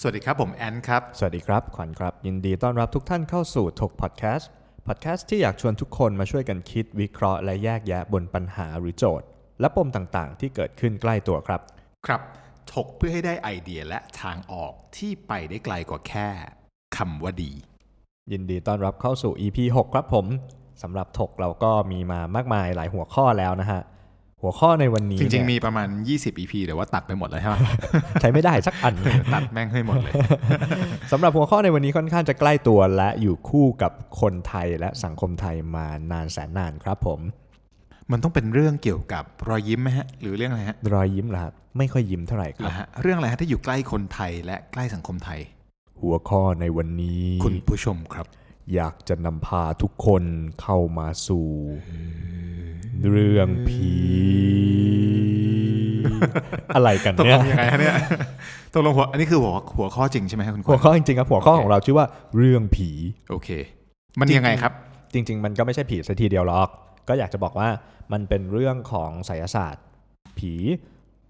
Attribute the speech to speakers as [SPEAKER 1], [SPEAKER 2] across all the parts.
[SPEAKER 1] สวัสดีครับ ผมแอนครับ
[SPEAKER 2] สวัสดีครับ ขวัญครับ ยินดีต้อนรับทุกท่านเข้าสู่ถกพอดแคสต์พอดแคสต์ที่อยากชวนทุกคนมาช่วยกันคิดวิเคราะห์และแยกแยะบนปัญหาหรือโจทย์ และปมต่างๆ ที่เกิดขึ้นใกล้ตัวครับ
[SPEAKER 1] ครับถกเพื่อให้ได้ไอเดียและทางออกที่ไปได้ไกลกว่าแค่คำว่าดี
[SPEAKER 2] ยินดีต้อนรับเข้าสู่ EP 6 ครับผมสำหรับถกเราก็มีมามากมายหลายหัวข้อแล้วนะฮะ หัวข้อในวันนี้
[SPEAKER 1] จริง ๆ
[SPEAKER 2] เนี่ย
[SPEAKER 1] มีประมาณ 20 EP แต่ว่าตัดไปหมดแล้วใช่ไหม
[SPEAKER 2] ใช้ไม่ได้สักอัน
[SPEAKER 1] ตัดแม่งให้หมด เลย
[SPEAKER 2] สำหรับหัวข้อในวันนี้ค่อนข้างจะใกล้ตัวและอยู่คู่กับคนไทยและสังคมไทยมานานแสนนานครับผม
[SPEAKER 1] มันต้องเป็นเรื่องเกี่ยวกับรอยยิ้มไหมฮะ หรือเรื่องอะไรฮะ
[SPEAKER 2] รอยยิ้มละไม่ค่อยยิ้มเท่าไหร่ค
[SPEAKER 1] เหร
[SPEAKER 2] รับ
[SPEAKER 1] อฮะเรื่องอะไรฮะที่อยู่ใกล้คนไทยและใกล้สังคมไทย
[SPEAKER 2] หัวข้อในวันนี้
[SPEAKER 1] คุณผู้ชมครับ
[SPEAKER 2] อยากจะนำพาทุกคนเข้ามาสู่ เรื่องผี อะไรกัน
[SPEAKER 1] ตก
[SPEAKER 2] เนี่
[SPEAKER 1] ล
[SPEAKER 2] ย
[SPEAKER 1] งยังไงฮะเนี่ย ตกลงหัวอันนี้คือหัวหัวข้อจริงใช่ไหมฮะคุณข
[SPEAKER 2] หั
[SPEAKER 1] วั
[SPEAKER 2] ว
[SPEAKER 1] ญ
[SPEAKER 2] ข้อจริงๆครับหัวข้อของเราชื่อว่าเรื่องผี
[SPEAKER 1] โอเค มันยังไงครับ
[SPEAKER 2] จริง ๆ มันก็ไม่ใช่ผีสัทีเดียวหรอก ก็อยากจะบอกว่ามันเป็นเรื่องของไสยศาสตร์ ผี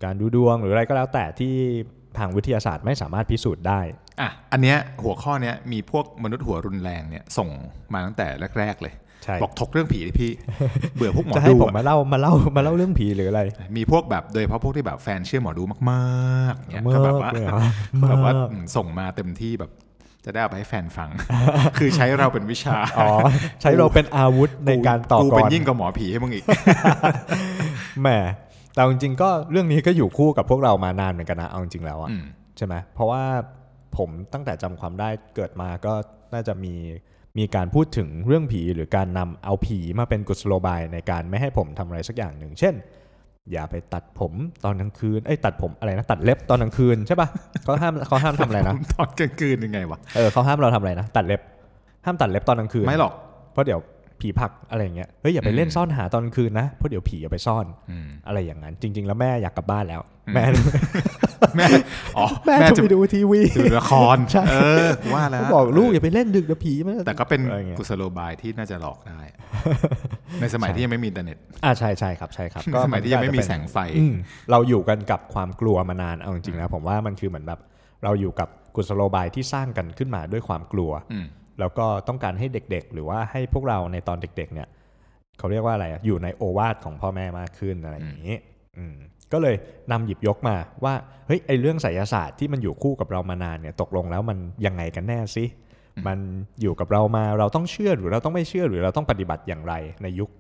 [SPEAKER 2] การดูดวงหรืออะไรก็แล้วแต่ที่ทางวิทยาศาสตร์ไม่สามารถพิสูจน์ได้
[SPEAKER 1] อ่ะ อันเนี้ยหัวข้อเนี้ยมีพวกมนุษย์หัวรุนแรงเนี่ยส่งมาตั้งแต่แรก ๆ เลย
[SPEAKER 2] ใช่
[SPEAKER 1] บอกถกเรื่องผีดิพี่ เบื่อพวกหมอ
[SPEAKER 2] จะให้
[SPEAKER 1] ดู
[SPEAKER 2] ผม
[SPEAKER 1] อะ
[SPEAKER 2] มาเล่ามาเล่ามาเล่าเรื่องผีหรืออะไร
[SPEAKER 1] มีพวกแบบโดยเฉพาะพวกที่แบบแฟนเชื่อหมอดูมากๆเนี่ย
[SPEAKER 2] เมื่
[SPEAKER 1] ก็
[SPEAKER 2] อ
[SPEAKER 1] แบบว่า
[SPEAKER 2] เลยเหรอ
[SPEAKER 1] แบบว่า
[SPEAKER 2] เมื่อ
[SPEAKER 1] อืมส่งมาเต็มที่แบบจะได้เอาไปให้แฟนฟัง คือใช้เราเป็นวิชา
[SPEAKER 2] อ๋อ ใช้เราเป็นอาวุธในการต่อ
[SPEAKER 1] กู
[SPEAKER 2] ก
[SPEAKER 1] เป็น
[SPEAKER 2] ร
[SPEAKER 1] ยิ่งกว่าหมอผีให้มึงอีก
[SPEAKER 2] แหมแต่จริงๆก็เรื่องนี้ก็อยู่คู่กับพวกเรามานานเหมือนกันนะเอาจริงๆแล้วอะ
[SPEAKER 1] อืม
[SPEAKER 2] ใช่ไหมเพราะว่าผมตั้งแต่จำความได้เกิดมาก็น่าจะมีมีการพูดถึงเรื่องผีหรือการนำเอาผีมาเป็นกุศโลบายในการไม่ให้ผมทำอะไรสักอย่างหนึ่ง เช่น อย่าไปตัดผมตอนกลางคืนเอ้ยตัดผมอะไรนะตัดเล็บตอนกลางคืนใช่ปะเขาห้ามเขาห้ามทำอะไรนะ
[SPEAKER 1] ตอนกลางคืนยังไงวะ
[SPEAKER 2] เออเขาห้ามเราทำอะไรนะตัดเล็บ ห้ามตัดเล็บตอนกลางคืน
[SPEAKER 1] ไม่หรอก
[SPEAKER 2] เพราะเดี๋ยวผีผลักอะไรอย่างเงี้ย เฮ้ยอย่าไป
[SPEAKER 1] อืม
[SPEAKER 2] เล่นซ่อนหาตอนคืนนะ เพราะเดี๋ยวผีจะไปซ่อน
[SPEAKER 1] อืม
[SPEAKER 2] อะไรอย่างนั้น จริง ๆ แล้วแม่อยากกลับบ้านแล้ว
[SPEAKER 1] อืม
[SPEAKER 2] แม่
[SPEAKER 1] แม่อ๋อ
[SPEAKER 2] แม่
[SPEAKER 1] แม่
[SPEAKER 2] จะ
[SPEAKER 1] จะ
[SPEAKER 2] ไปดูทีวี
[SPEAKER 1] ดูละคร
[SPEAKER 2] ใช่
[SPEAKER 1] เออกูว่าแล้ว
[SPEAKER 2] บอกลูกอย่าไปเล่นดึกเดี๋ยวผีมัน
[SPEAKER 1] แต่ก็เป็น
[SPEAKER 2] อะไรเงี้ย
[SPEAKER 1] กุศโลบายที่น่าจะหลอก ได้ ในสมัยที่ยังไม่มีอินเทอร์เน็ต
[SPEAKER 2] อ่าใช่ใช่ครับใช่ครับ
[SPEAKER 1] ในสมัยที่ยังไม่มีแสงไฟ
[SPEAKER 2] อืมเราอยู่กันกับความกลัวมานานเอาจริงๆนะผมว่ามันคือเหมือนแบบ เราอยู่กับกุศโลบายที่สร้างกันขึ้นมาด้วยความกลัว
[SPEAKER 1] อืม
[SPEAKER 2] แล้วก็ต้องการให้เด็กๆ หรือว่าให้พวกเราในตอนเด็กๆ เนี่ยเขาเรียกว่าอะไรอะอยู่ในโอวาทของพ่อแม่มากขึ้นอะไรอย่างนี้อืมก็เลยนำหยิบยกมาว่าเฮ้ยไอเรื่องไสยศาสตร์ที่มันอยู่คู่กับเรามานานเนี่ยตกลงแล้วมันยังไงกันแน่สิมันอยู่กับเรามาเราต้องเชื่อหรือเราต้องไม่เชื่อหรือเราต้องปฏิบัติอย่างไรในยุค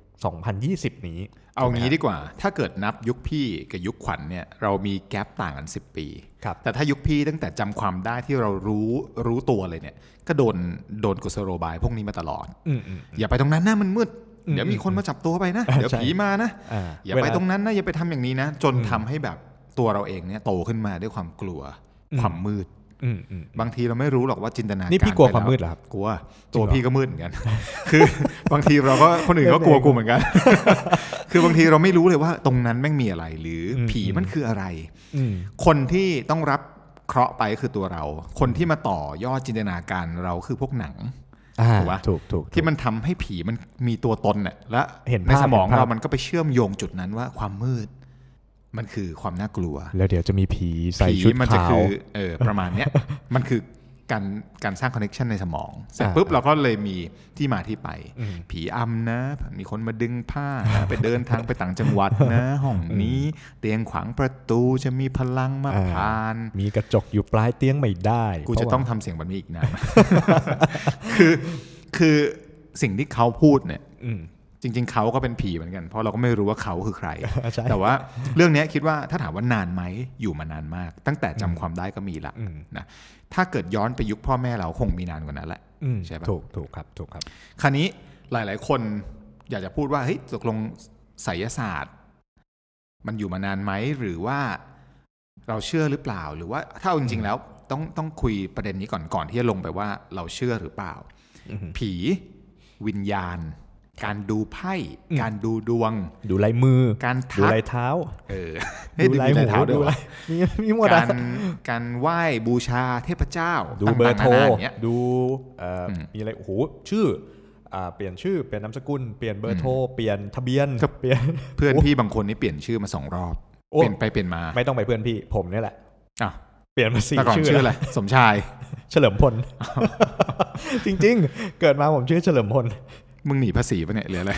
[SPEAKER 2] 2020 นี้
[SPEAKER 1] เอา
[SPEAKER 2] ถูกไหม
[SPEAKER 1] งี้
[SPEAKER 2] ครับ
[SPEAKER 1] ดีกว่า ถ้าเกิดนับยุคพี่กับยุคขวัญเนี่ย เรามีแกลบต่างกัน 10 ปี
[SPEAKER 2] ครับ
[SPEAKER 1] แต่ถ้ายุคพี่ตั้งแต่จำความได้ที่เรารู้รู้ตัวเลยเนี่ย ก็โดนโดนกุศโลบายพวกนี้มาตลอด
[SPEAKER 2] อืมอืม
[SPEAKER 1] อย่าไปตรงนั้นนะมันมืด
[SPEAKER 2] อืม
[SPEAKER 1] เดี๋ยวมีคนมาจับตัวไปนะ
[SPEAKER 2] อ่า
[SPEAKER 1] เดี๋ยว
[SPEAKER 2] ใช่
[SPEAKER 1] ผีมานะ
[SPEAKER 2] อ่า
[SPEAKER 1] อย่า
[SPEAKER 2] เว
[SPEAKER 1] ไป
[SPEAKER 2] ล
[SPEAKER 1] ตรงนั้นนะ อย่าไปทำอย่างนี้นะ จนทำให้แบบตัวเราเองเนี่ยโตขึ้นมาด้วยความกลัว
[SPEAKER 2] อืม
[SPEAKER 1] ความมืด
[SPEAKER 2] อืมอืม
[SPEAKER 1] บางทีเราไม่รู้หรอกว่าจินตนาการ
[SPEAKER 2] นี่พี่กลัว
[SPEAKER 1] ไปแ
[SPEAKER 2] ความมืดเหรอครับ
[SPEAKER 1] กลัว
[SPEAKER 2] จริงเหรอ
[SPEAKER 1] ตัวพี่ก็มืดเหมือนกัน คือบางทีเราก็คนอื่นก็กลัวกูเหมือนกัน คือบางทีเราไม่รู้เลยว่าตรงนั้นแม่งมีอะไร หรืออ
[SPEAKER 2] ม
[SPEAKER 1] ผีมันคืออะไร
[SPEAKER 2] อืม
[SPEAKER 1] คนที่ต้องรับเคราะห์ไปก็คือตัวเรา คนที่มาต่อยอดจินตนาการเราคือพวกหนัง
[SPEAKER 2] อ่า
[SPEAKER 1] ถูกปะ
[SPEAKER 2] ถูกถูกถูก
[SPEAKER 1] ที่มันทำให้ผีมันมีตัวตนน่ะและ
[SPEAKER 2] เห็น
[SPEAKER 1] ใน
[SPEAKER 2] ภา
[SPEAKER 1] ส
[SPEAKER 2] พ
[SPEAKER 1] มอง
[SPEAKER 2] เห็นภาพ
[SPEAKER 1] เรามันก็ไปเชื่อมโยงจุดนั้นว่าความมืด มันคือความน่ากลัว
[SPEAKER 2] แล้วเดี๋ยวจะมีผีใส่
[SPEAKER 1] ผี
[SPEAKER 2] ชุด
[SPEAKER 1] มัจะ
[SPEAKER 2] ขา
[SPEAKER 1] คื
[SPEAKER 2] ว
[SPEAKER 1] อเออประมาณเนี้ย มันคือการการสร้างคอนเน t ชันในสมอง เสร็จ
[SPEAKER 2] อ่า
[SPEAKER 1] ปุ๊บเราก็เลยมีที่มาที่ไป
[SPEAKER 2] อืม
[SPEAKER 1] ผีอำนะ มีคนมาดึงผ้านะไปเดินทางไปต่างจังหวัด นะ ห้องนี้เตียงขวางประตูจะมีพลังมาผ่าน
[SPEAKER 2] มีกระจกอยู่ปลายเตียงไม่ได้
[SPEAKER 1] กู
[SPEAKER 2] เพ
[SPEAKER 1] จะ
[SPEAKER 2] ราว่า
[SPEAKER 1] ต้องทำเสียงแบบนี้อีกนาน คือคือสิ่งที่เขาพูดเนี่ย
[SPEAKER 2] อืม
[SPEAKER 1] จริง ๆ เขาก็เป็นผีเหมือนกัน เพราะเราก็ไม่รู้ว่าเขาคือใคร
[SPEAKER 2] ใช่
[SPEAKER 1] แต่ว่าเรื่องเนี้ยคิดว่าถ้าถามว่านานไหมอยู่มานานมาก ตั้งแต่จำความได้ก็มีละ
[SPEAKER 2] อืม
[SPEAKER 1] นะถ้าเกิดย้อนไปยุคพ่อแม่เราคงมีนานกว่านั้นแหละ
[SPEAKER 2] อืม
[SPEAKER 1] ใช่ปะ
[SPEAKER 2] ถูกถูกครับถูกครับ
[SPEAKER 1] คราวนี้หลาย ๆ คนอยากจะพูดว่าเฮ้ยตกลงไสยศาสตร์ มันอยู่มานานไหมหรือว่าเราเชื่อหรือเปล่า หรือว่าถ้าเอาจริง ๆ แล้วต้องต้องคุยประเด็นนี้ก่อนก่อนที่จะลงไปว่าเราเชื่อหรือเปล่า
[SPEAKER 2] อือหือ
[SPEAKER 1] ผี วิญญาณ การดูไพ่
[SPEAKER 2] อืม
[SPEAKER 1] การดูดวง
[SPEAKER 2] ดูลายมือ
[SPEAKER 1] การทัก
[SPEAKER 2] ดูลายเท้า
[SPEAKER 1] เออเฮ้ยดู
[SPEAKER 2] ลาย
[SPEAKER 1] มีลายเท้าด้วย
[SPEAKER 2] ดู
[SPEAKER 1] วะ
[SPEAKER 2] ลายมีมีหมด
[SPEAKER 1] การ
[SPEAKER 2] อะ
[SPEAKER 1] การไหว้บูชาเทพเจ้า
[SPEAKER 2] ดูเบอร์โทร
[SPEAKER 1] ต่างๆนานาอย่างเงี้ย
[SPEAKER 2] ดูเอ่ออ
[SPEAKER 1] ม
[SPEAKER 2] มีอะไรโอ้โหชื่ออ่าเปลี่ยนชื่อเปลี่ยนนามสกุลเปลี่ยนเบอร์โทร
[SPEAKER 1] อืม
[SPEAKER 2] เปลี่ยนทะเบียน
[SPEAKER 1] ครับ
[SPEAKER 2] เปลี่ยน
[SPEAKER 1] เพื่อนพี่บางคนนี่เปลี่ยนชื่อมาสองรอบ
[SPEAKER 2] โอ้
[SPEAKER 1] เปลี่ยนไปเปลี่ยนมา
[SPEAKER 2] ไม่ต้องไปเพื่อนพี่ผมเนี่ยแหละ
[SPEAKER 1] อ้าว
[SPEAKER 2] เปลี่ยนมาสี่
[SPEAKER 1] แต่ก่อน
[SPEAKER 2] ชื่อ
[SPEAKER 1] ชื่อ
[SPEAKER 2] แล้ว
[SPEAKER 1] อะไรสมชาย
[SPEAKER 2] เฉลิมพล จริงๆ เกิดมาผมชื่อเฉลิมพล
[SPEAKER 1] มึงหนีภาษีปะเนี่ยห รืออะไร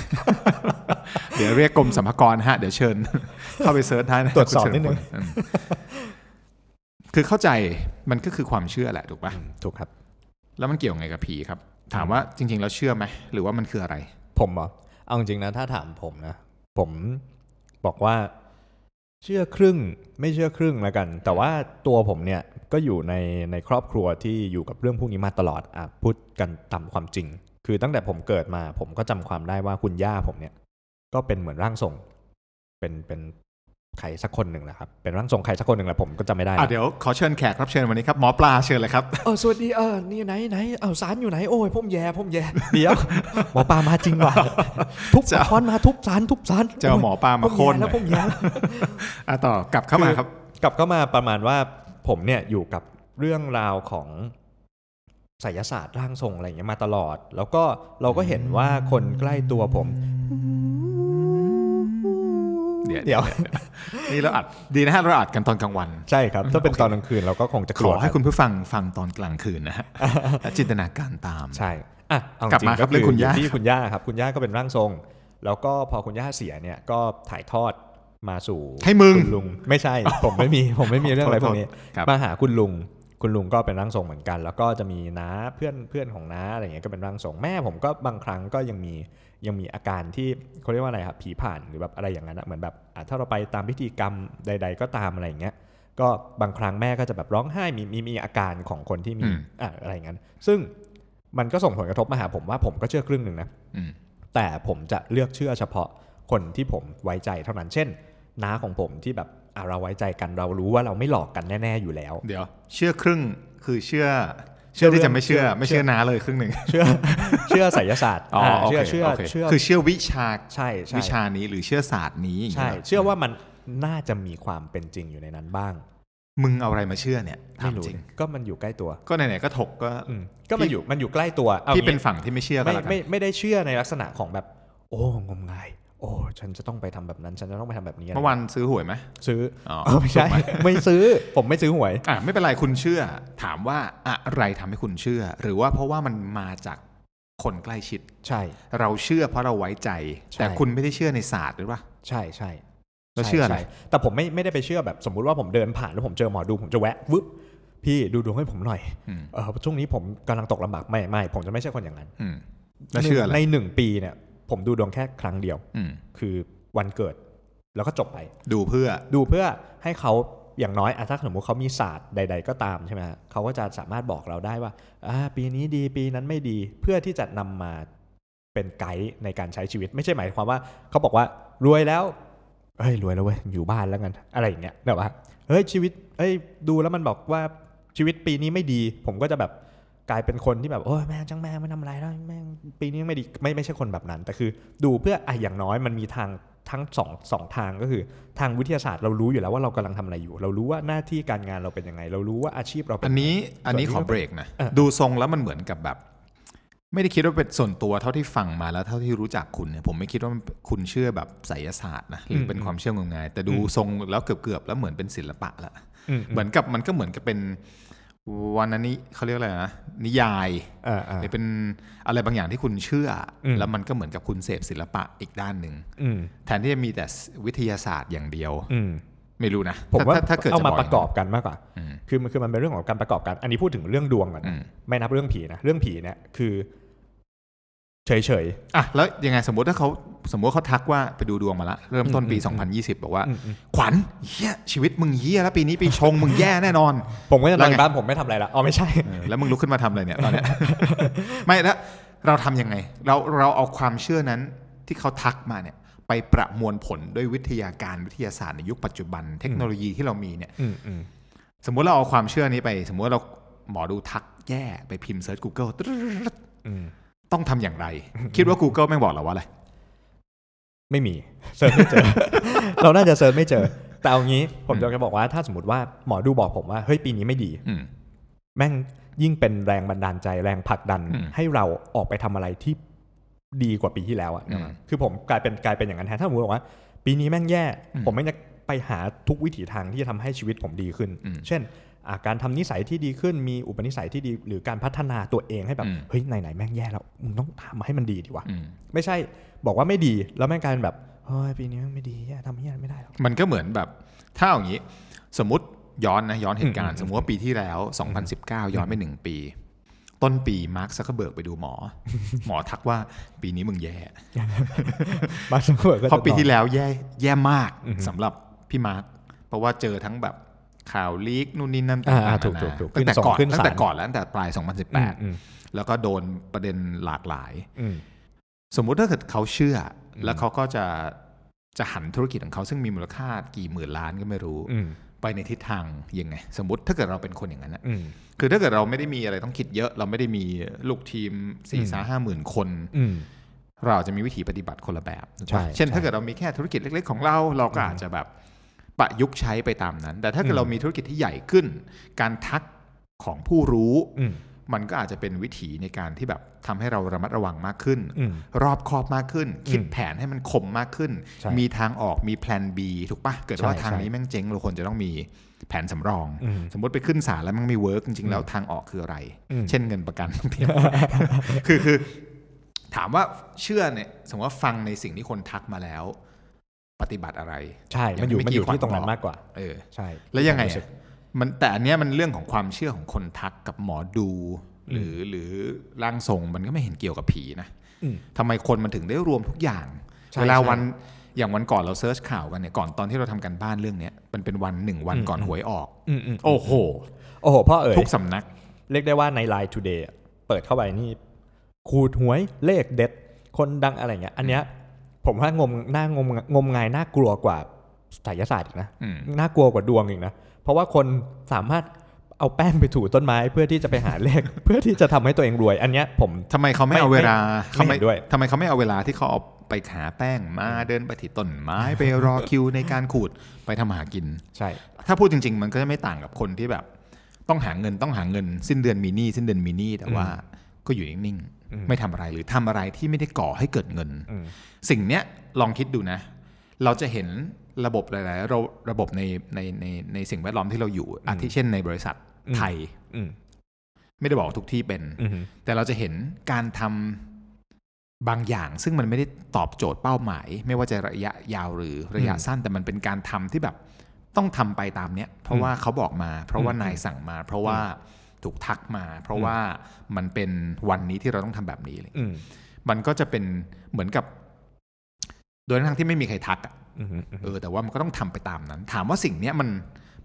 [SPEAKER 1] เดี๋ยวเรียกกรมสรรพากรฮะ เดี๋ยวเชิญ เข้าไปเซิร์ชท้ายนะ
[SPEAKER 2] ตรวจสอบนิดนึ
[SPEAKER 1] คุ
[SPEAKER 2] ง
[SPEAKER 1] ณเฉลิมพลอืมคือเข้าใจมันก็คือความเชื่อแหละถูกปะ
[SPEAKER 2] ถูกครับ
[SPEAKER 1] แล้วมันเกี่ยวไงกับผีครับ ถามว่าจริง ๆ แล้วเชื่อไหมหรือว่ามันคืออะไร
[SPEAKER 2] ผมเหรอเอาจริงๆนะ ถ้าถามผมนะ ผมบอกว่าเชื่อครึ่งไม่เชื่อครึ่งแล้วกัน แต่ว่าตัวผมเนี่ยก็อยู่ในในครอบครัวที่อยู่กับเรื่องพวกนี้มาตลอดอ่ะพูดกันตามความจริง คือตั้งแต่ผมเกิดมา ผมก็จำความได้ว่าคุณย่าผมเนี่ย ก็เป็นเหมือนร่างทรง เป็นเป็นใครสักคนหนึ่งแหละครับเป็นร่างทรงใครสักคนหนึ่งแหละผมก็จำไม่ได้
[SPEAKER 1] อ่ะ
[SPEAKER 2] นะ
[SPEAKER 1] เดี๋ยวขอเชิญแขกรับเชิญวันนี้ครับหมอปลาเชิญเลยครับ
[SPEAKER 2] เออสวัสดีเออนี่ไหนไหนเอาสารอยู่ไหนโอ้ยพ่มแย่พ่มแย่เดี๋ยวหมอปลามาจริง ว่ะทุบ
[SPEAKER 1] จะเอา
[SPEAKER 2] ค้อนมาทุบสารทุบสาร
[SPEAKER 1] จะเอาหมอปลามาโค่นห
[SPEAKER 2] แล้
[SPEAKER 1] น่อ
[SPEAKER 2] วย พ่มแย่แล้ว
[SPEAKER 1] อ่ะต่อกลับเข้ามาครับ
[SPEAKER 2] กลับเข้ามาประมาณว่าผมเนี่ยอยู่กับเรื่องราวของไสยศาสตร์ร่างทรงอะไรอย่างเงี้ยมาตลอด แล้วก็เราก็เห็นว่าคนใกล้ตัวผม
[SPEAKER 1] เดี๋ยว
[SPEAKER 2] เดี๋ยว
[SPEAKER 1] นี่เราอัดดีนะฮะเราอัดกันตอนกลางวัน
[SPEAKER 2] ใช่ครับถ้าเป็นตอนกลางคืนเราก็คงจะ
[SPEAKER 1] ข
[SPEAKER 2] กลั
[SPEAKER 1] อ
[SPEAKER 2] ว
[SPEAKER 1] ให้คุณผู้ฟังฟังตอนกลางคืนนะ ฮะ และจินตนาการตาม
[SPEAKER 2] ใช่อ่ะเอาจ
[SPEAKER 1] กลับ
[SPEAKER 2] ริง
[SPEAKER 1] มา
[SPEAKER 2] ๆ
[SPEAKER 1] ครับเรื่องคุณย่า
[SPEAKER 2] ที่คุณย่าครับ คุณย่าก็เป็นร่างทรง แล้วก็พอคุณย่าเสียเนี่ยก็ถ่ายทอดมาสู่
[SPEAKER 1] ให้มึง
[SPEAKER 2] คุณลุงไม่ใช่ ผมไม่มีผมไม่มีเรื่องอะไร
[SPEAKER 1] โท
[SPEAKER 2] พ
[SPEAKER 1] ษ
[SPEAKER 2] วกนี้
[SPEAKER 1] ครับ
[SPEAKER 2] มาหาคุณลุง คุณลุงก็เป็นร่างทรงเหมือนกัน แล้วก็จะมีน้าเพื่อนเพื่อนของน้าอะไรเงี้ยก็เป็นร่างทรงแม่ผมก็บางครั้งก็ยังมียังมีอาการที่เขาเรียกว่าอะไรครับผีผ่านหรือแบบอะไรอย่างนั้นอะเหมือนแบบอ่ะถ้าเราไปตามพิธีกรรมใด ๆ ก็ตามอะไรอย่างเงี้ยก็บางครั้งแม่ก็จะแบบร้องไห้มีมีมีอาการของคนที่มี
[SPEAKER 1] อืม
[SPEAKER 2] อ่ะอะไรอย่างนั้น ซึ่งมันก็ส่งผลกระทบมาหาผมว่าผมก็เชื่อครึ่งหนึ่งนะ
[SPEAKER 1] อืม
[SPEAKER 2] แต่ผมจะเลือกเชื่อเฉพาะคนที่ผมไว้ใจเท่านั้น เช่น น้าของผมที่แบบอ่ะเราไว้ใจกันเรารู้ว่าเราไม่หลอกกันแน่ ๆ อยู่แล้ว
[SPEAKER 1] เดี๋ยวเชื่อครึ่งคือเชื่อ
[SPEAKER 2] เชื่
[SPEAKER 1] เชื่
[SPEAKER 2] อ
[SPEAKER 1] อที่จะไม่เชื่อ
[SPEAKER 2] เรื่อง
[SPEAKER 1] ไม่เชื่อนาเลยครึ่งหนึ่ง
[SPEAKER 2] เชื่อ เชื่อไสยศาสตร์
[SPEAKER 1] อ๋อ
[SPEAKER 2] อ่ะ
[SPEAKER 1] โอ
[SPEAKER 2] เชื่
[SPEAKER 1] เค
[SPEAKER 2] อเชื่อ
[SPEAKER 1] โอเค
[SPEAKER 2] เชื่อ
[SPEAKER 1] คือเชื่อวิชา
[SPEAKER 2] ใช่ใช่
[SPEAKER 1] วิชานี้หรือเชื่อศาสตร์นี้อย่าง
[SPEAKER 2] ใช่
[SPEAKER 1] เงี้ยหร
[SPEAKER 2] เชื่อว่ามันน่าจะมีความเป็นจริงอยู่ในนั้นบ้าง
[SPEAKER 1] มึงเอาอะไรมาเชื่อเนี่ยถา
[SPEAKER 2] ไม่
[SPEAKER 1] ม
[SPEAKER 2] รู้
[SPEAKER 1] จริง
[SPEAKER 2] ก็มันอยู่ใกล้ตัว
[SPEAKER 1] ก็ไหนๆก็ถกก็
[SPEAKER 2] อืมก็มันอยู่มันอยู่ใกล้ตัวอา
[SPEAKER 1] พี่
[SPEAKER 2] งี้
[SPEAKER 1] เป็นฝั่งที่ไม่เชื่อก็
[SPEAKER 2] ไม่
[SPEAKER 1] แล้วกัน
[SPEAKER 2] ไม่ไม่ได้เชื่อในลักษณะของแบบ โอ้งมงาย โอ้ ฉันจะต้องไปทำแบบนั้น ฉันจะต้องไปทำแบบนี้อะไร
[SPEAKER 1] เมื่อวานซื้อหวยไหม
[SPEAKER 2] ซื้อ
[SPEAKER 1] อ๋อ
[SPEAKER 2] เออไม่ใช่
[SPEAKER 1] ถูกห
[SPEAKER 2] ไม่ซื้อ ผมไม่ซื้อหวย
[SPEAKER 1] อ่ะไม่เป็นไรคุณเชื่อ ถามว่าอะไรทำให้คุณเชื่อ หรือว่าเพราะว่ามันมาจากคนใกล้ชิด
[SPEAKER 2] ใช่
[SPEAKER 1] เราเชื่อเพราะเราไว้ใจ
[SPEAKER 2] ใช่
[SPEAKER 1] แต่คุณไม่ได้เชื่อในศาสตร์หรือเปล่า
[SPEAKER 2] ใช่ใช่
[SPEAKER 1] แล้วเชื่ออะไร
[SPEAKER 2] ใใแต่ผมไม่ไม่ได้ไปเชื่อแบบสมมุติว่าผมเดินผ่านแล้วผมเจอหมอดูผมจะแวะวึบพี่ดูดวงให้ผมหน่อย
[SPEAKER 1] อืม
[SPEAKER 2] เออช่วงนี้ผมกำลังตกลำบากไม่ไม่ผมจะไม่ใช่คนอย่างนั้น
[SPEAKER 1] อืมแล้วเชื่ออะไร
[SPEAKER 2] ในหนึ่งปีเนี่ยผมดูดวงแค่ครั้งเดียว
[SPEAKER 1] อืม
[SPEAKER 2] คือวันเกิด แล้วก็จบไป
[SPEAKER 1] ดูเพื่อ
[SPEAKER 2] ดูเพื่อให้เขาอย่างน้อยอะถ้าสมมติเขามีศาสตร์ใด ๆ ก็ตามใช่ไหมฮะเขาก็จะสามารถบอกเราได้ว่าอ่า ปีนี้ดีปีนั้นไม่ดีเพื่อที่จะนำมาเป็นไกด์ในการใช้ชีวิต ไม่ใช่หมายความว่าเขาบอกว่ารวยแล้วเอ้ยรวยแล้วเว้ยอยู่บ้านแล้วกันอะไรอย่างเงี้ยแบบว่าเฮ้ยชีวิตเอ้ยดูแล้วมันบอกว่าชีวิตปีนี้ไม่ดี ผมก็จะแบบกลายเป็นคนที่แบบโอ้ยแม่งจังแม่งไม่ทำอะไรแล้วแม่งปีนี้ไม่ดีไม่ไม่ใช่คนแบบนั้น แต่คือดูเพื่ออะอย่างน้อยมันมีทางทั้งสองสองทางก็คือ ทางวิทยาศาสตร์เรารู้อยู่แล้วว่าเรากำลังทำอะไรอยู่ เรารู้ว่าหน้าที่การงานเราเป็นยังไง เรารู้ว่าอาชีพเราเป็
[SPEAKER 1] อั
[SPEAKER 2] น
[SPEAKER 1] นนี้อันนี้ข
[SPEAKER 2] ส่
[SPEAKER 1] อ
[SPEAKER 2] วนนี้ก็
[SPEAKER 1] เบรกนะ
[SPEAKER 2] เออ
[SPEAKER 1] ดูทรงแล้วมันเหมือนกับแบบ ไม่ได้คิดว่าเป็นส่วนตัวเท่าที่ฟังมาแล้วเท่าที่รู้จักคุณเนี่ยผมไม่คิดว่ามันคุณเชื่อแบบไสยศาสตร์นะหรือเป็นความเชื่องมงาย แต่ดูทรงแล้วเกือบๆแล้วเหมือนเป็นศิลปะละ
[SPEAKER 2] อืม
[SPEAKER 1] เหมือนกับมันก็เหมือนกับเป็นวรรณนิเขาเรียกอะไรนะนิยาย
[SPEAKER 2] อ่าอ่า
[SPEAKER 1] หรือเป็นอะไรบางอย่างที่คุณเชื่ออ
[SPEAKER 2] ม
[SPEAKER 1] แล้วมันก็เหมือนกับคุณเสพศิลปะอีกด้านหนึ่ง
[SPEAKER 2] อืม
[SPEAKER 1] แทนที่จะมีแต่วิทยาศาสตร์อย่างเดียว
[SPEAKER 2] อืม
[SPEAKER 1] ไม่รู้นะ
[SPEAKER 2] ผมว่า
[SPEAKER 1] ถ้ถ้เกิด
[SPEAKER 2] เอา
[SPEAKER 1] จ
[SPEAKER 2] มา
[SPEAKER 1] บ
[SPEAKER 2] ประกอบกันมากกว่า
[SPEAKER 1] อืม
[SPEAKER 2] คือมันคือมันเป็นเรื่องของการประกอบกันอันนี้พูดถึงเรื่องดวงก่อน
[SPEAKER 1] อื
[SPEAKER 2] นะ
[SPEAKER 1] ม
[SPEAKER 2] ไม่นับเรื่องผีนะเรื่องผีเนี่ยคือเฉยเฉย
[SPEAKER 1] อ่ะแล้วยังไงสมมติถ้าเขาสมมติเขาทักว่าไปดูดวงมาละ เริ่มต้นปี
[SPEAKER 2] อืมอืม
[SPEAKER 1] 2020 บอกว่า
[SPEAKER 2] ๆอืมอืม
[SPEAKER 1] ขวัญเฮียชีวิตมึงเฮียแล้วปีนี้ปีชงมึงแย่แน่นอน
[SPEAKER 2] ผมก็จะน
[SPEAKER 1] แล้
[SPEAKER 2] อ
[SPEAKER 1] วน ไง
[SPEAKER 2] บ้านผมไม่ทำอะไรละอ๋อไม่ใช่
[SPEAKER 1] เออแล้วมึงลุกขึ้นมาทำอะไรเนี่ยตอนเนี้ย ไม่แล้วเราทำยังไง เราเราเอาความเชื่อนั้นที่เขาทักมาเนี่ย ไปประมวลผลด้วยวิทยาการวิทยาศาสตร์ในยุคปัจจุบัน เทคโนโลยีที่เรามีเนี่ย
[SPEAKER 2] อืมอืม
[SPEAKER 1] สมมุติเราเอาความเชื่อนี้ไป สมมุติเราหมอดูทักแย่ไปพิมพ์เซิร์ช Google ตึ๊ด
[SPEAKER 2] อืม
[SPEAKER 1] ต้องทำอย่างไร คิดว่า Google แม่งบอกเราว่าอะไร
[SPEAKER 2] ไม่มีเซิร์ชไม่เจอ เราน่าจะเซิร์ชไม่เจอ แต่เอางี้ผมจะบอกว่าถ้าสมมติว่าหมอดูบอกผมว่าเฮ้ยปีนี้ไม่ดี
[SPEAKER 1] อืม
[SPEAKER 2] แม่งยิ่งเป็นแรงบันดาลใจแรงผลักดัน
[SPEAKER 1] อืม
[SPEAKER 2] ให้เราออกไปทำอะไรที่ดีกว่าปีที่แล้วอะ
[SPEAKER 1] อืม
[SPEAKER 2] คือผมกลายเป็นกลายเป็นอย่างนั้นแทนถ้าผมติบอกว่า ปีนี้แม่งแย่
[SPEAKER 1] อืม
[SPEAKER 2] ผมแม่งจะไปหาทุกวิถีทางที่จะทำให้ชีวิตผมดีขึ้น
[SPEAKER 1] อืม
[SPEAKER 2] เช่น อ่ะการทำนิสัยที่ดีขึ้นมีอุปนิสัยที่ดี หรือการพัฒนาตัวเองให้แบบ
[SPEAKER 1] อืม
[SPEAKER 2] เฮ้ยไหนๆแม่งแย่แล้วมึงต้องทำให้มันดีดีวะ
[SPEAKER 1] อืม
[SPEAKER 2] ไม่ใช่บอกว่าไม่ดีแล้วแม่งกลายเป็นแบบเฮ้ยปีนี้แม่งไม่ดีแย่ทำเฮียไม่ได้หรอก
[SPEAKER 1] มันก็เหมือนแบบ ถ้าเอาอย่างนี้ สมมติย้อนนะย้อนเหตุการ
[SPEAKER 2] อื
[SPEAKER 1] ณ์
[SPEAKER 2] ม
[SPEAKER 1] สมมติว่าปีที่แล้ว 2019 ย้อนไปหนึ่งปี ต้นปีมาร์คซักเบิร์กไปดูหมอ หมอทักว่าปีนี้มึงแย่
[SPEAKER 2] มาสมัครก็จะ
[SPEAKER 1] เพราะปี
[SPEAKER 2] ตอบ
[SPEAKER 1] ที่แล้วแย่แย่มาก
[SPEAKER 2] อือฮึ
[SPEAKER 1] สำหรับพี่มาร์คเพราะว่าเจอทั้งแบบข่าวลีกนู่นนี่นั่น
[SPEAKER 2] อ่า
[SPEAKER 1] ต่าง
[SPEAKER 2] ถูก
[SPEAKER 1] ๆ
[SPEAKER 2] ถูกถูก
[SPEAKER 1] ตั้งแต่ก่อน
[SPEAKER 2] ขึ้น
[SPEAKER 1] ตั้
[SPEAKER 2] ศาล
[SPEAKER 1] งแต่ก่อนแล้วตั้งแต่ปลาย
[SPEAKER 2] อืม
[SPEAKER 1] 2018 แล้วก็โดนประเด็นหลากหลาย
[SPEAKER 2] อืม
[SPEAKER 1] สมมุติถ้าเกิดเขาเชื่ออ
[SPEAKER 2] ม
[SPEAKER 1] แล้วเขาก็จะจะหันธุรกิจของเขาซึ่งมีมูลค่ากี่หมื่นล้านก็ไม่รู้
[SPEAKER 2] อืม
[SPEAKER 1] ไปในทิศทางยังไง สมมติถ้าเกิดเราเป็นคนอย่างนั้นนะ
[SPEAKER 2] อืม
[SPEAKER 1] คือถ้าเกิดเราไม่ได้มีอะไรต้องคิดเยอะ เราไม่ได้มีลูกทีมสี่
[SPEAKER 2] อืม
[SPEAKER 1] สาห้าหมื่นคน
[SPEAKER 2] อืม
[SPEAKER 1] เราอาจจะมีวิธีปฏิบัติคนละแบบถูกปะ
[SPEAKER 2] ใช่
[SPEAKER 1] เช่น
[SPEAKER 2] ใช่
[SPEAKER 1] ถ้าเกิดเรามีแค่ธุรกิจเล็ก ๆ ของเรา เราก็อาจจะแบบประยุกต์ใช้ไปตามนั้น แต่ถ้าเกิ
[SPEAKER 2] อื
[SPEAKER 1] ด
[SPEAKER 2] ม
[SPEAKER 1] เรามีธุรกิจที่ใหญ่ขึ้น การทักของผู้รู้
[SPEAKER 2] อืม
[SPEAKER 1] มันก็อาจจะเป็นวิถีในการที่แบบทำให้เราระมัดระวังมากขึ้น
[SPEAKER 2] อืม
[SPEAKER 1] รอบคอบมากขึ้น คิด
[SPEAKER 2] อืม
[SPEAKER 1] แผนให้มันคมมากขึ้น
[SPEAKER 2] ใช่
[SPEAKER 1] มีทางออกมีแผน B ถูกปะเกิดว่า
[SPEAKER 2] ใช่
[SPEAKER 1] ทาง
[SPEAKER 2] ใช่
[SPEAKER 1] นี้แม่งเจ๊งเราควรจะต้องมีแผนสำรอง
[SPEAKER 2] อืม
[SPEAKER 1] สมมติไปขึ้นศาลแล้วมันไม่เวิร์กจริงๆ แล้วทางออกคืออะไร
[SPEAKER 2] อืม
[SPEAKER 1] เช่นเงินประ กัน บางทีคือคือ ถามว่าเชื่อเนี่ย สมมติว่าฟังในสิ่งที่คนทักมาแล้ว ปฏิบัติอะไร
[SPEAKER 2] ใช่มันอยู่มันอยู่ที่ตรงนั้นมากกว่า
[SPEAKER 1] เออ
[SPEAKER 2] ใช่
[SPEAKER 1] แล้วยังไง
[SPEAKER 2] รู้สึ
[SPEAKER 1] อะ
[SPEAKER 2] ก
[SPEAKER 1] มันแต่อันเนี้ยมันเรื่องของความเชื่อของคนทักกับหมอดู หรือหรือร่างทรงมันก็ไม่เห็นเกี่ยวกับผีนะ
[SPEAKER 2] อืม
[SPEAKER 1] ทำไมคนมันถึงได้รวมทุกอย่าง
[SPEAKER 2] ใช่
[SPEAKER 1] เวลา
[SPEAKER 2] ใช่
[SPEAKER 1] วันอย่างวันก่อนเราเซิร์ชข่าวกันเนี่ยก่อนตอนที่เราทำกันบ้านเรื่องเนี้ยมันเป็นวันหนึ่งวัน
[SPEAKER 2] อืม
[SPEAKER 1] ก่อนหวยออก
[SPEAKER 2] อืมอืม
[SPEAKER 1] โอ้โห
[SPEAKER 2] โอ้โหพ่อเอ๋ย
[SPEAKER 1] ทุกสำนัก
[SPEAKER 2] เรียกได้ว่าใน Line Today อะเปิดเข้าไปนี่ขูดหวยเลขเด็ด คนดังอะไรเงี้ย อันเนี้ยผมว่างมน่างมงมงายน่ากลัวกว่าไสายศาสตร์อีกนะ
[SPEAKER 1] อืม
[SPEAKER 2] น่ากลัวกว่าดวงอีกนะเพราะว่าคนสามารถเอาแป้งไปถูต้นไม้เพื่อที่จะไปหาเลข เพื่อที่จะทำให้ตัวเองรวย อันเนี้ยผม
[SPEAKER 1] ทำไมเขาไม่
[SPEAKER 2] ไม่
[SPEAKER 1] เอาเวลา
[SPEAKER 2] ไม่
[SPEAKER 1] ทำไม
[SPEAKER 2] เห็นด้วย
[SPEAKER 1] ทำไมเขาไม่เอาเวลาที่เขาเอาไปหาแป้งมาเดินไปที่ต้นไม้ไปรอคิวในการขูดไปทำหากิน
[SPEAKER 2] ใช่
[SPEAKER 1] ถ้าพูดจริง ๆ มันก็จะไม่ต่างกับคนที่แบบ ต้องหาเงินต้องหาเงิน สิ้นเดือนมีหนี้สิ้นเดือนมีหนี้แต่ว่าก็อยู่นิ่งๆไม่ทำอะไรหรือทำอะไรที่ไม่ได้ก่อให้เกิดเงิน
[SPEAKER 2] อืม
[SPEAKER 1] สิ่งเนี้ยลองคิดดูนะ เราจะเห็นระบบหลายๆระระบบในในในในสิ่งแวดล้อมที่เราอยู่อาทิเช่นในบริษัทไทย
[SPEAKER 2] อืม
[SPEAKER 1] ไม่ได้บอกว่าทุกที่เป็น
[SPEAKER 2] อืม
[SPEAKER 1] แต่เราจะเห็นการทำบางอย่าง ซึ่งมันไม่ได้ตอบโจทย์เป้าหมาย ไม่ว่าจะระยะยาวหรือระยะสั้น แต่มันเป็นการทำที่แบบต้องทำไปตามเนี้ย เพราะว่าเขาบอกมา เพราะว่านายสั่งมา เพราะว่าถูกทักมา เพราะว่ามันเป็นวันนี้ที่เราต้องทำแบบนี้เลย
[SPEAKER 2] อืม
[SPEAKER 1] มันก็จะเป็นเหมือนกับ โดยทั้งที่ไม่มีใครทักอะ
[SPEAKER 2] อืมอืมอืม
[SPEAKER 1] เออแต่ว่ามันก็ต้องทำไปตามนั้น ถามว่าสิ่งเนี้ยมัน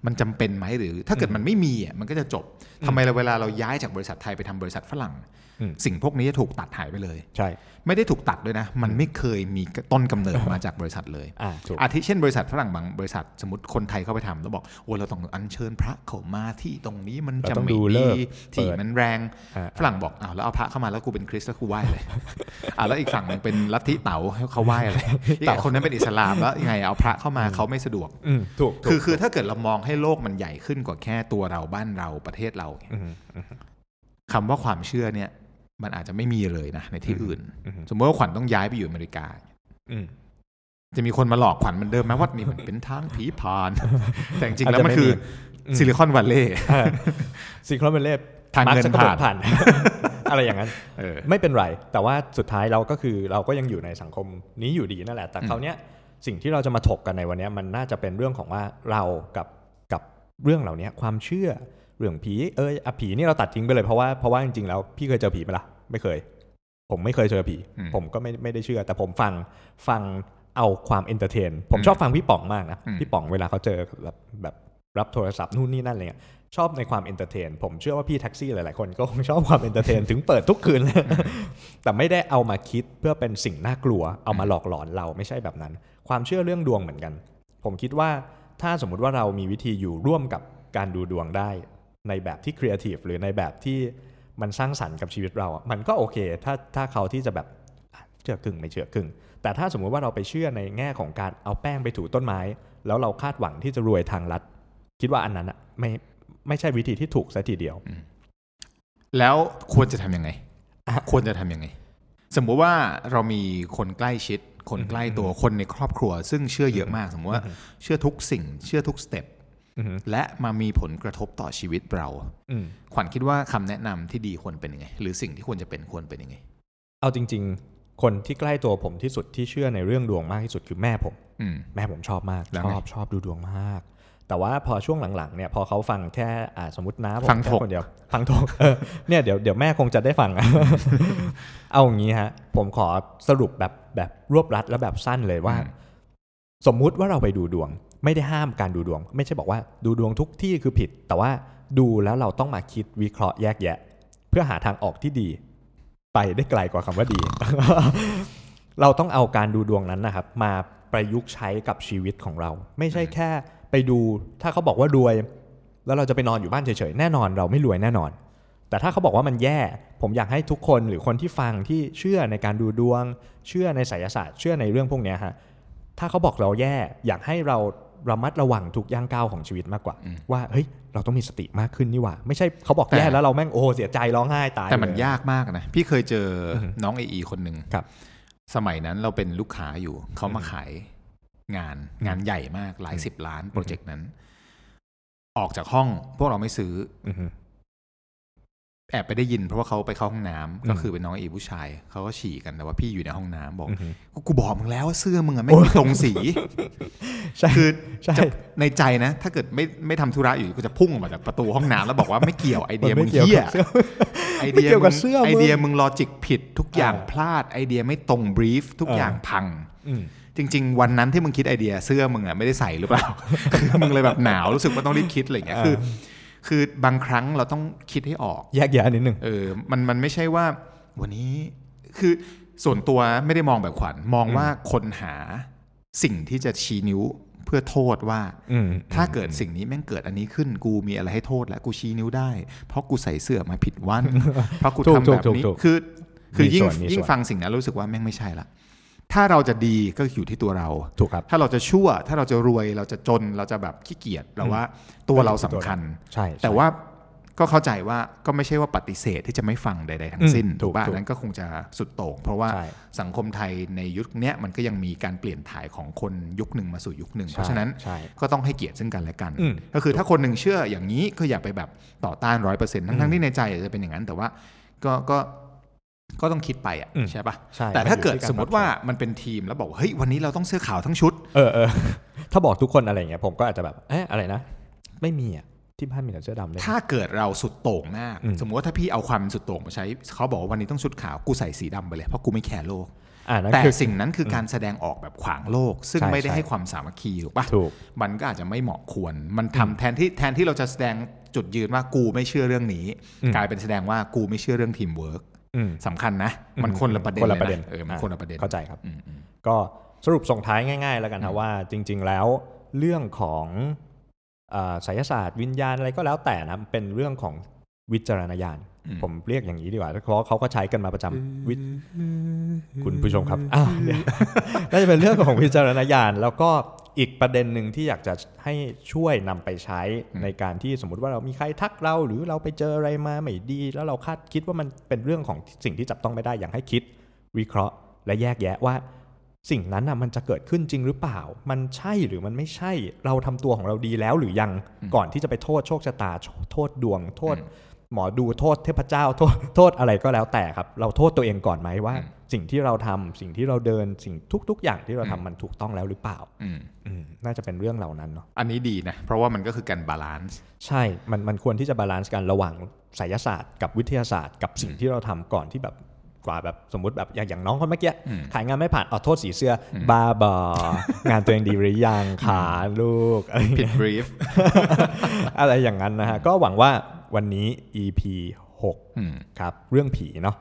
[SPEAKER 1] มันจำเป็นไหมหรือ ถ้าเกิดมันไม่มีอ่ะมันก็จะจบทำไมเราเวลาเราย้ายจากบริษัทไทยไปทำบริษัทฝรั่ง
[SPEAKER 2] อืม
[SPEAKER 1] สิ่งพวกนี้จะถูกตัดหายไปเลย
[SPEAKER 2] ใช่
[SPEAKER 1] ไม่ได้ถูกตัดด้วยนะ มันไม่เคยมีต้นกำ เนิดมาจากบริษัทเลย
[SPEAKER 2] อ่าถูก
[SPEAKER 1] อาทิเช่นบริษัทฝรั่งบางบริษัทสมมติคนไทยเข้าไปทำแล้วบอกโอ้ยเราต้องอัญเชิญพระเข้ามาที่ตรงนี้มัน
[SPEAKER 2] เรา
[SPEAKER 1] จะ
[SPEAKER 2] ต้อง
[SPEAKER 1] ไม่
[SPEAKER 2] ดูฤ
[SPEAKER 1] ดี
[SPEAKER 2] กษ์
[SPEAKER 1] ที่
[SPEAKER 2] เปิด
[SPEAKER 1] มันแรง
[SPEAKER 2] อ่า
[SPEAKER 1] ฝรั่งบอกอ้าวแล้วเอาพระเข้ามาแล้วกูเป็นคริสต์แล้วกูไหว้เลย อ่าแล้วอีกฝั่งหนึงเป็นลัทธิเต๋าเขาไหว้ อะไรอีกคนนั้นเป็นอิสลามแล้วยังไงเอาพระเข้ามาเขาไม่สะดวก
[SPEAKER 2] อืมถูกถูก
[SPEAKER 1] คือคือถ้าเกิดเรามองให้โลกมันใหญ่ขึ้นกว่าแค่ตัวเราบ้านเราประเทศเราเนี่ย
[SPEAKER 2] อืมอืม
[SPEAKER 1] คำว่าความเชื่อเนี่ย มันอาจจะไม่มีเลยนะในที่อื่น
[SPEAKER 2] อืม
[SPEAKER 1] สมมติว่าขวัญต้องย้ายไปอยู่อเมริกา
[SPEAKER 2] อืม
[SPEAKER 1] จะมีคนมาหลอกขวัญเหมันเดิมไหมว่านี่มันเป็นทางผีผ่าน แต่จริงๆ
[SPEAKER 2] อาจจะ
[SPEAKER 1] แล้วมันคือ
[SPEAKER 2] ไม่มี
[SPEAKER 1] ซิลิคอนวัลเลย์
[SPEAKER 2] ซิงโครเมเลฟ
[SPEAKER 1] ทางเงินผ่าน
[SPEAKER 2] ผ่าน อะไรอย่างนั้น
[SPEAKER 1] เออ
[SPEAKER 2] ไม่เป็นไร แต่ว่าสุดท้ายเราก็คือเราก็ยังอยู่ในสังคมนี้อยู่ดีนั่นแหละ แต่คราวเนี้ยสิ่งที่เราจะมาถกกันในวันเนี้ยมันน่าจะเป็นเรื่องของว่าเรากับกับเรื่องเหล่านี้ความเชื่อเรื่องผีเอยอะผีนี่เราตัดทิ้งไปเลยเพราะว่าเพราะว่าจริงๆแล้วพี่เคยเจอผีไหมล่ะไม่เคย ผมไม่เคยเจอผี
[SPEAKER 1] อืม
[SPEAKER 2] ผมก็ไม่ไม่ได้เชื่อ แต่ผมฟังฟังเอาความเอนเตอร์เทน ผมชอบฟังพี่ป๋องมากนะ
[SPEAKER 1] อืม
[SPEAKER 2] พี่ป๋องเวลาเขาเจอแบบแบบรับโทรศัพท์นู่นนี่นั่นอะไรเงี้ยชอบในความเอนเตอร์เทน ผมเชื่อว่าพี่แท็กซี่หลายๆคนก็คงชอบความเอนเตอร์เทนถึงเปิดทุกคืนเลย แต่ไม่ได้เอามาคิดเพื่อเป็นสิ่งน่ากลัว เอามาหลอกหลอนเราไม่ใช่แบบนั้น ความเชื่อเรื่องดวงเหมือนกัน ผมคิดว่าถ้าสมมุติว่าเรามีวิธีอยู่ร่วมกับการดูดวงได้ ในแบบที่ครีเอทีฟหรือในแบบที่มันสร้างสรรค์กับชีวิตเราอะมันก็โอเค ถ้าถ้าเขาที่จะแบบอ่ะเชื่อครึ่งไม่เชื่อครึ่ง แต่ถ้าสมมุติว่าเราไปเชื่อในแง่ของการเอาแป้งไปถูต้นไม้ แล้วเราคาดหวังที่จะรวยทางลัด คิดว่าอันนั้นอะไม่ไม่ใช่วิธีที่ถูกซะทีเดียว
[SPEAKER 1] แล้วควรจะทำยังไง
[SPEAKER 2] อ่ะ
[SPEAKER 1] ควรจะทำยังไง สมมุติว่าเรามีคนใกล้ชิด คนใกล้ตัวคนในครอบครัว ซึ่งเชื่อเยอะมาก สมมติว่าเชื่อทุกสิ่ง เชื่อทุกสเต็ป
[SPEAKER 2] อืม
[SPEAKER 1] และมามีผลกระทบต่อชีวิตเรา
[SPEAKER 2] อืม
[SPEAKER 1] ขวัญคิดว่าคำแนะนำที่ดีควรเป็นยังไง หรือสิ่งที่ควรจะเป็นควรเป็นยังไง
[SPEAKER 2] เอาจริง ๆ คนที่ใกล้ตัวผมที่สุดที่เชื่อในเรื่องดวงมากที่สุดคือแม่ผม
[SPEAKER 1] อืม
[SPEAKER 2] แม่ผมชอบมาก
[SPEAKER 1] แล้ว
[SPEAKER 2] ช
[SPEAKER 1] ไง
[SPEAKER 2] อบชอบดูดวงมาก แต่ว่าพอช่วงหลังๆเนี่ยพอเขาฟังแค่อ่าสมมติน้าผม
[SPEAKER 1] ฟัง
[SPEAKER 2] แค่
[SPEAKER 1] ถก
[SPEAKER 2] คนเดียวฟังถกเออเนี่ยเดี๋ยวเดี๋ยวแม่คงจะได้ฟังนะ เอาอย่างนี้ฮะ ผมขอสรุปแบบแบบรวบรัดและแบบสั้นเลยว่า สมมุติว่าเราไปดูดวง ไม่ได้ห้ามการดูดวง ไม่ใช่บอกว่าดูดวงทุกที่คือผิด แต่ว่าดูแล้วเราต้องมาคิดวิเคราะห์แยกแยะ เพื่อหาทางออกที่ดี ไปได้ไกลกว่าคำว่าดี เราต้องเอาการดูดวงนั้นนะครับ มาประยุกต์ใช้กับชีวิตของเรา ไม่ใช่แค่ไปดูถ้าเขาบอกว่ารวย แล้วเราจะไปนอนอยู่บ้านเฉยๆแน่นอนเราไม่รวยแน่นอน แต่ถ้าเขาบอกว่ามันแย่ ผมอยากให้ทุกคนหรือคนที่ฟังที่เชื่อในการดูดวง เชื่อในไสยศาสตร์เชื่อในเรื่องพวกเนี้ยฮะ ถ้าเขาบอกเราแย่อยากให้เราระมัดระวังทุกย่างก้าวของชีวิตมากกว่า
[SPEAKER 1] อืม
[SPEAKER 2] ว่าเฮ้ยเราต้องมีสติมากขึ้นนี่หว่า ไม่ใช่เขาบอกแย่
[SPEAKER 1] แต่
[SPEAKER 2] แล้วเราแม่งโอ้โหเสียใจร้องไห้ตาย
[SPEAKER 1] แต่มัน
[SPEAKER 2] เล
[SPEAKER 1] ยากมากนะ พี่เคยเจออ
[SPEAKER 2] อฮึ
[SPEAKER 1] น้องเออีคนหนึ่ง
[SPEAKER 2] ครับ
[SPEAKER 1] สมัยนั้นเราเป็นลูกค้าอยู่ เขามา
[SPEAKER 2] อืม
[SPEAKER 1] ขายงานงานใหญ่มากหลาย
[SPEAKER 2] อืม
[SPEAKER 1] สิบล้านโปรเจกต์นั้น ออกจากห้องพวกเราไม่ซื้อ
[SPEAKER 2] อือฮึ
[SPEAKER 1] แอบไปได้ยินเพราะว่าเขาไปเข้าห้องน้ำ
[SPEAKER 2] อืม
[SPEAKER 1] ก็คือเป็นน้องเอผู้ชายเขาก็ฉี่กันแต่ว่าพี่อยู่ในห้องน้ำบอก
[SPEAKER 2] อือฮึ
[SPEAKER 1] กูบอกมึงแล้วว่าเสื้อมึงอะไม่มีตรงสี
[SPEAKER 2] ใช่
[SPEAKER 1] คือ
[SPEAKER 2] ใช่
[SPEAKER 1] จะในใจนะ ถ้าเกิดไม่ไม่ทำธุระอยู่กูจะพุ่งออกมาจากประตูห้องน้ำแล้วบอกว่าไม่เกี่ยวไอเดีย
[SPEAKER 2] มั
[SPEAKER 1] มึ
[SPEAKER 2] น
[SPEAKER 1] ง
[SPEAKER 2] ไม่เกี่ยว
[SPEAKER 1] เหี้ยไอเดี
[SPEAKER 2] กับเสื้อ
[SPEAKER 1] ย
[SPEAKER 2] ไม่เกี่ยวกับ
[SPEAKER 1] มึง
[SPEAKER 2] เสื้อมึง
[SPEAKER 1] ไอเดียมึงลอจิกผิดทุกอย่าง
[SPEAKER 2] อ่า
[SPEAKER 1] พลาดไอเดียไม่ตรงบรีฟทุก
[SPEAKER 2] อ่า
[SPEAKER 1] อย่างพัง
[SPEAKER 2] อืม
[SPEAKER 1] จริง ๆ วันนั้นที่มึงคิดไอเดียเสื้อมึงอ่ะไม่ได้ใส่หรือเปล่า คือมึงเลยแบบหนาวรู้สึกว่าต้องรีบคิดอะไรอย่างเงี้ย
[SPEAKER 2] อ่า
[SPEAKER 1] คือ คือบางครั้งเราต้องคิดให้ออก
[SPEAKER 2] แยกแยะนิดนึง
[SPEAKER 1] เออ มัน มันไม่ใช่ว่า วันนี้ คือ ส่วนตัวไม่ได้มองแบบขวัญ มองว่าคนหาสิ่งที่จะชี้นิ้วเพื่อโทษว่า
[SPEAKER 2] อืม
[SPEAKER 1] ถ้าเกิดสิ่งนี้แม่งเกิดอันนี้ขึ้น กูมีอะไรให้โทษและกูชี้นิ้วได้ เพราะกูใส่เสื้อมาผิด วัน เพราะกู
[SPEAKER 2] ถูก
[SPEAKER 1] ทำแบบ
[SPEAKER 2] ถูก
[SPEAKER 1] นี้
[SPEAKER 2] ถูก
[SPEAKER 1] คือ คือ
[SPEAKER 2] มี
[SPEAKER 1] ยิ่
[SPEAKER 2] ส่
[SPEAKER 1] ง
[SPEAKER 2] วนมี
[SPEAKER 1] ยิ่
[SPEAKER 2] ส่
[SPEAKER 1] ง
[SPEAKER 2] วน
[SPEAKER 1] ฟังสิ่งนั้นรู้สึกว่าแม่งไม่ใช่ละ ถ้าเราจะดีก็อยู่ที่ตัวเรา
[SPEAKER 2] ถูกครับ
[SPEAKER 1] ถ้าเราจะชั่ว ถ้าเราจะรวย เราจะจน เราจะแบบขี้เกียจ เราว่าตัวเราสำคัญ
[SPEAKER 2] ใช่
[SPEAKER 1] แต่
[SPEAKER 2] ใช่
[SPEAKER 1] ว่าก็เข้าใจว่าก็ไม่ใช่ว่าปฏิเสธที่จะไม่ฟังใด ๆ ทั้
[SPEAKER 2] อื
[SPEAKER 1] ง
[SPEAKER 2] ม
[SPEAKER 1] สิ้น
[SPEAKER 2] ถูก
[SPEAKER 1] บ้า
[SPEAKER 2] ถูก
[SPEAKER 1] นั้นก็คงจะสุดโต่งเพราะว่า
[SPEAKER 2] ใช่
[SPEAKER 1] สังคมไทยในยุคเนี้ยมันก็ยังมีการเปลี่ยนถ่ายของคนยุคหนึ่งมาสู่ยุคหนึ่ง
[SPEAKER 2] ใช่
[SPEAKER 1] เพราะฉะนั้น
[SPEAKER 2] ใช่
[SPEAKER 1] ก็ต้องให้เกียรติซึ่งกันและกัน
[SPEAKER 2] อืม
[SPEAKER 1] ก็คือถ้าคนหนึ่งเชื่ออย่างนี้ก็อย่าไปแบบต่อต้านร้อยเปอร์เซ็นต์ทั้งๆที่ในใจอาจจะเป็นอย่างนั้น แต่ว่าก็ก็ก็ต้องคิดไปอ่ะ
[SPEAKER 2] อืม
[SPEAKER 1] ใช่ปะ
[SPEAKER 2] ใช่
[SPEAKER 1] แต่ถ้าเกิด
[SPEAKER 2] นอยู่ที่
[SPEAKER 1] สมมติว่ามันเป็นทีมแล้วบอกว่าเฮ้ยวันนี้เราต้องเสื้อขาวทั้งชุด
[SPEAKER 2] เออเอ อ ถ้าบอกทุกคนอะไรอย่างเงี้ยผมก็อาจจะแบบเอ๊ะอะไรนะ ไม่มีอ่ะ ที่บ้านมีแต่เสื้อดำเลย
[SPEAKER 1] ถ้าเกิดเราสุดโต่งมาก
[SPEAKER 2] อืม
[SPEAKER 1] สมมติว่าถ้าพี่เอาความสุดโต่งมาใช้ เขาบอกว่าวันนี้ต้องชุดขาว กูใส่สีดำไปเลย เพราะกูไม่แคร์โลก
[SPEAKER 2] อ่านั่น
[SPEAKER 1] แต่
[SPEAKER 2] คือ
[SPEAKER 1] สิ่งนั้นคือการแสดงออกแบบขวางโลก ซึ่ง
[SPEAKER 2] ใช่
[SPEAKER 1] ไม่ได้
[SPEAKER 2] ใช่
[SPEAKER 1] ให้ความสามัคคีถูกปะ
[SPEAKER 2] ถูก
[SPEAKER 1] มันก็อาจจะไม่เหมาะควร มันทำแทนที่แทนที่เราจะแสดงจุดยืนว่ากูไม่เชื่อเรื่องนี้
[SPEAKER 2] อืม
[SPEAKER 1] กลายเป็นแสดงว่ากูไม่เชื่อเรื่องทีมเวิร์ก
[SPEAKER 2] อืม
[SPEAKER 1] สำคัญนะ มันคนละประเด็น
[SPEAKER 2] คน
[SPEAKER 1] เล
[SPEAKER 2] ละ
[SPEAKER 1] ย
[SPEAKER 2] ประเด็น
[SPEAKER 1] นะเออมันคนละประเด็น
[SPEAKER 2] เข้าใจครับ
[SPEAKER 1] อืมอืม
[SPEAKER 2] ก็สรุปส่งท้ายง่าย ๆ แล้วกันนะว่าจริง ๆ แล้วเรื่องของเอ่อไสยศาสตร์วิญญาณอะไรก็แล้วแต่นะเป็นเรื่องของวิจารณญาณ
[SPEAKER 1] อืม
[SPEAKER 2] ผมเรียกอย่างนี้ดีกว่าเพราะเขาก็ใช้กันมาประจำวิคุณผู้ชมครับอ้าวเดี๋ยว น่าจะเป็นเรื่องของวิจารณญาณ แล้วก็อีกประเด็นหนึ่งที่อยากจะให้ช่วยนำไปใช้ในการที่สมมติว่าเรามีใครทักเรา หรือเราไปเจออะไรมาไม่ดี แล้วเราคาดคิดว่ามันเป็นเรื่องของสิ่งที่จับต้องไม่ได้อยากให้คิด วิเคราะห์และแยกแยะว่า สิ่งนั้นน่ะมันจะเกิดขึ้นจริงหรือเปล่า มันใช่หรือมันไม่ใช่ เราทำตัวของเราดีแล้วหรือยัง ก่อนที่จะไปโทษโชคชะตา โทษดวง โทษ หมอดู โทษเทพเจ้า โทษ โทษอะไรก็แล้วแต่ครับ เราโทษตัวเองก่อนไหมว่า
[SPEAKER 1] อืม
[SPEAKER 2] สิ่งที่เราทำ สิ่งที่เราเดิน สิ่งทุก ๆ อย่างที่เราทำมันถูกต้องแล้วหรือเปล่า
[SPEAKER 1] อืม
[SPEAKER 2] อืมน่าจะเป็นเรื่องเหล่านั้นเนาะ
[SPEAKER 1] อันนี้ดีนะ เพราะว่ามันก็คือการบา ลานซ์
[SPEAKER 2] ใช่ มันมันควรที่จะบาลานซ์กันระหว่างไสยศาสตร์กับวิทยาศาสตร์ กับสิ่งที่เราทำก่อนที่แบบกว่าแบบสมมติแบบอย่างอย่างน้องคนเมื่อกี้
[SPEAKER 1] อืม
[SPEAKER 2] ขายงานไม่ผ่านอ๋อโทษสีเสื้ออบาบอ งานตัวเองดีหรือ ยังขาลูกอะไรอย่าง
[SPEAKER 1] ผิ
[SPEAKER 2] เงี้
[SPEAKER 1] ด
[SPEAKER 2] ย
[SPEAKER 1] บรีฟ
[SPEAKER 2] อะไรอย่างนั้นนะฮะ ก็หวังว่าวันนี้ EP
[SPEAKER 1] อืม
[SPEAKER 2] 6 ครับ เรื่องผีเนาะ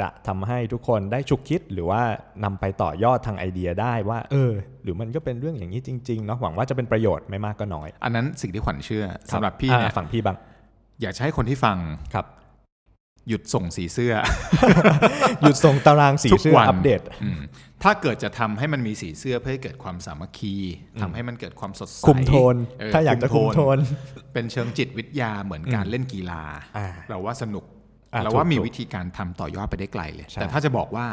[SPEAKER 2] จะทำให้ทุกคนได้ฉุกคิดหรือว่านำไปต่อยอดทางไอเดียได้ว่า เออ หรือมันก็เป็นเรื่องอย่างนี้จริงๆเนาะหวังว่าจะเป็นประโยชน์ไม่มากก็น้อย
[SPEAKER 1] อันนั้นสิ่งที่ขวัญเชื่อสำหรับพี่เนี่ย
[SPEAKER 2] อ่าฝั่งพี่บ้าง
[SPEAKER 1] อยากจะให้คนที่ฟัง
[SPEAKER 2] ครับ
[SPEAKER 1] หยุดส่งสีเสื้อ
[SPEAKER 2] หยุดส่งตารางสี
[SPEAKER 1] ทุก
[SPEAKER 2] เสื้อ
[SPEAKER 1] วัน
[SPEAKER 2] อัปเดต
[SPEAKER 1] อืมถ้าเกิดจะทำให้มันมีสีเสื้อเพื่อให้เกิดความสามัคคีทำให้มันเกิดความสดใส
[SPEAKER 2] คุมโทน
[SPEAKER 1] เ
[SPEAKER 2] ถ้าอยากจะคุมโทน
[SPEAKER 1] เป็นเชิงจิตวิทยาเหมือนการเล่นกีฬา
[SPEAKER 2] อ่า
[SPEAKER 1] เราว่าสนุก
[SPEAKER 2] อ่า
[SPEAKER 1] เราว่า
[SPEAKER 2] ถูก
[SPEAKER 1] มี
[SPEAKER 2] ถูก
[SPEAKER 1] วิธีการทำต่อยอดไปได้ไกลเลย
[SPEAKER 2] ใช่
[SPEAKER 1] แต่ถ้าจะบอกว่า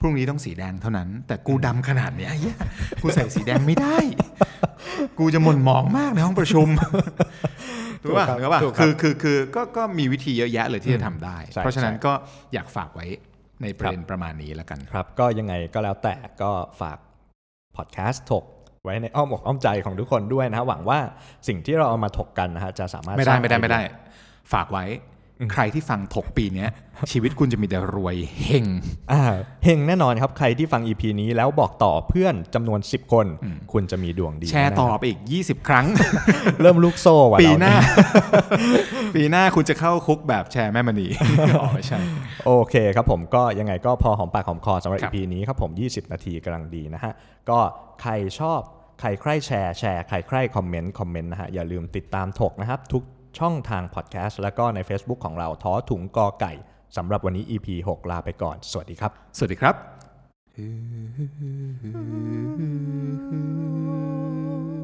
[SPEAKER 1] พรุ่งนี้ต้องสีแดงเท่านั้น แต่กูดำขนาดเนี้ยไอ้ เหี้ยกูใส่สีแดงไม่ได้ กูจะหม่นหมองมากในห้องประชุมถูกป่ะ
[SPEAKER 2] ถูกค
[SPEAKER 1] ถู
[SPEAKER 2] รับ
[SPEAKER 1] กป่ะ
[SPEAKER 2] ถูกครับ
[SPEAKER 1] คือคือคือก็ก็มีวิธีเยอะแยะเลยที่จะทำได้
[SPEAKER 2] ใช่
[SPEAKER 1] เพราะฉะนั้น
[SPEAKER 2] ใช่
[SPEAKER 1] ก็อยากฝากไว้ในประ
[SPEAKER 2] ครับ
[SPEAKER 1] เด็นประมาณนี้แล้วกัน
[SPEAKER 2] ครับ ก็ยังไงก็แล้วแต่ก็ฝากพอดแคสต์ถก ไว้ในอ้อมอกอ้อมใจของทุกคนด้วยนะฮะหวังว่าสิ่งที่เราเอามาถกกันนะฮะจะสามารถ
[SPEAKER 1] ไม่ได้
[SPEAKER 2] สร้าง
[SPEAKER 1] ไม่ได้
[SPEAKER 2] อ้
[SPEAKER 1] ไม่ได้ ฝากไว้ ใครที่ฟังถกปีเนี้ย ชีวิตคุณจะมีแต่รวยเฮง
[SPEAKER 2] อ่าเฮงแน่นอนครับใครที่ฟัง EP นี้แล้วบอกต่อเพื่อนจำนวน 10 คน คุณจะมีดวงดี
[SPEAKER 1] แชร์ต่อ
[SPEAKER 2] นะค
[SPEAKER 1] ไปอีก 20 ครั้ง
[SPEAKER 2] บเริ่มลูกโซ่ว่ะ
[SPEAKER 1] ปี
[SPEAKER 2] เร
[SPEAKER 1] หน้า ปีหน้าคุณจะเข้าคุกแบบแชร์แม่มณี อ๋อไม่ใช่
[SPEAKER 2] โอเคครับผมก็ยังไงก็พอหอมปากหอมคอสำหรับ
[SPEAKER 1] ครับ
[SPEAKER 2] EP นี้ครับผม 20 นาทีกำลังดีนะฮะ ก็ใครชอบใครใครแชร์แชร์ใครใครคอมเมนต์คอมเมนต์นะฮะ อย่าลืมติดตามถกนะครับ ทุกช่องทางพอดแคสต์แล้วก็ใน Facebook ของเราท้อถุงกอไก่สำหรับวันนี้ EP 6 ลาไปก่อน สวัสดีครับ
[SPEAKER 1] สวัสดีครับ
[SPEAKER 3] Ooh.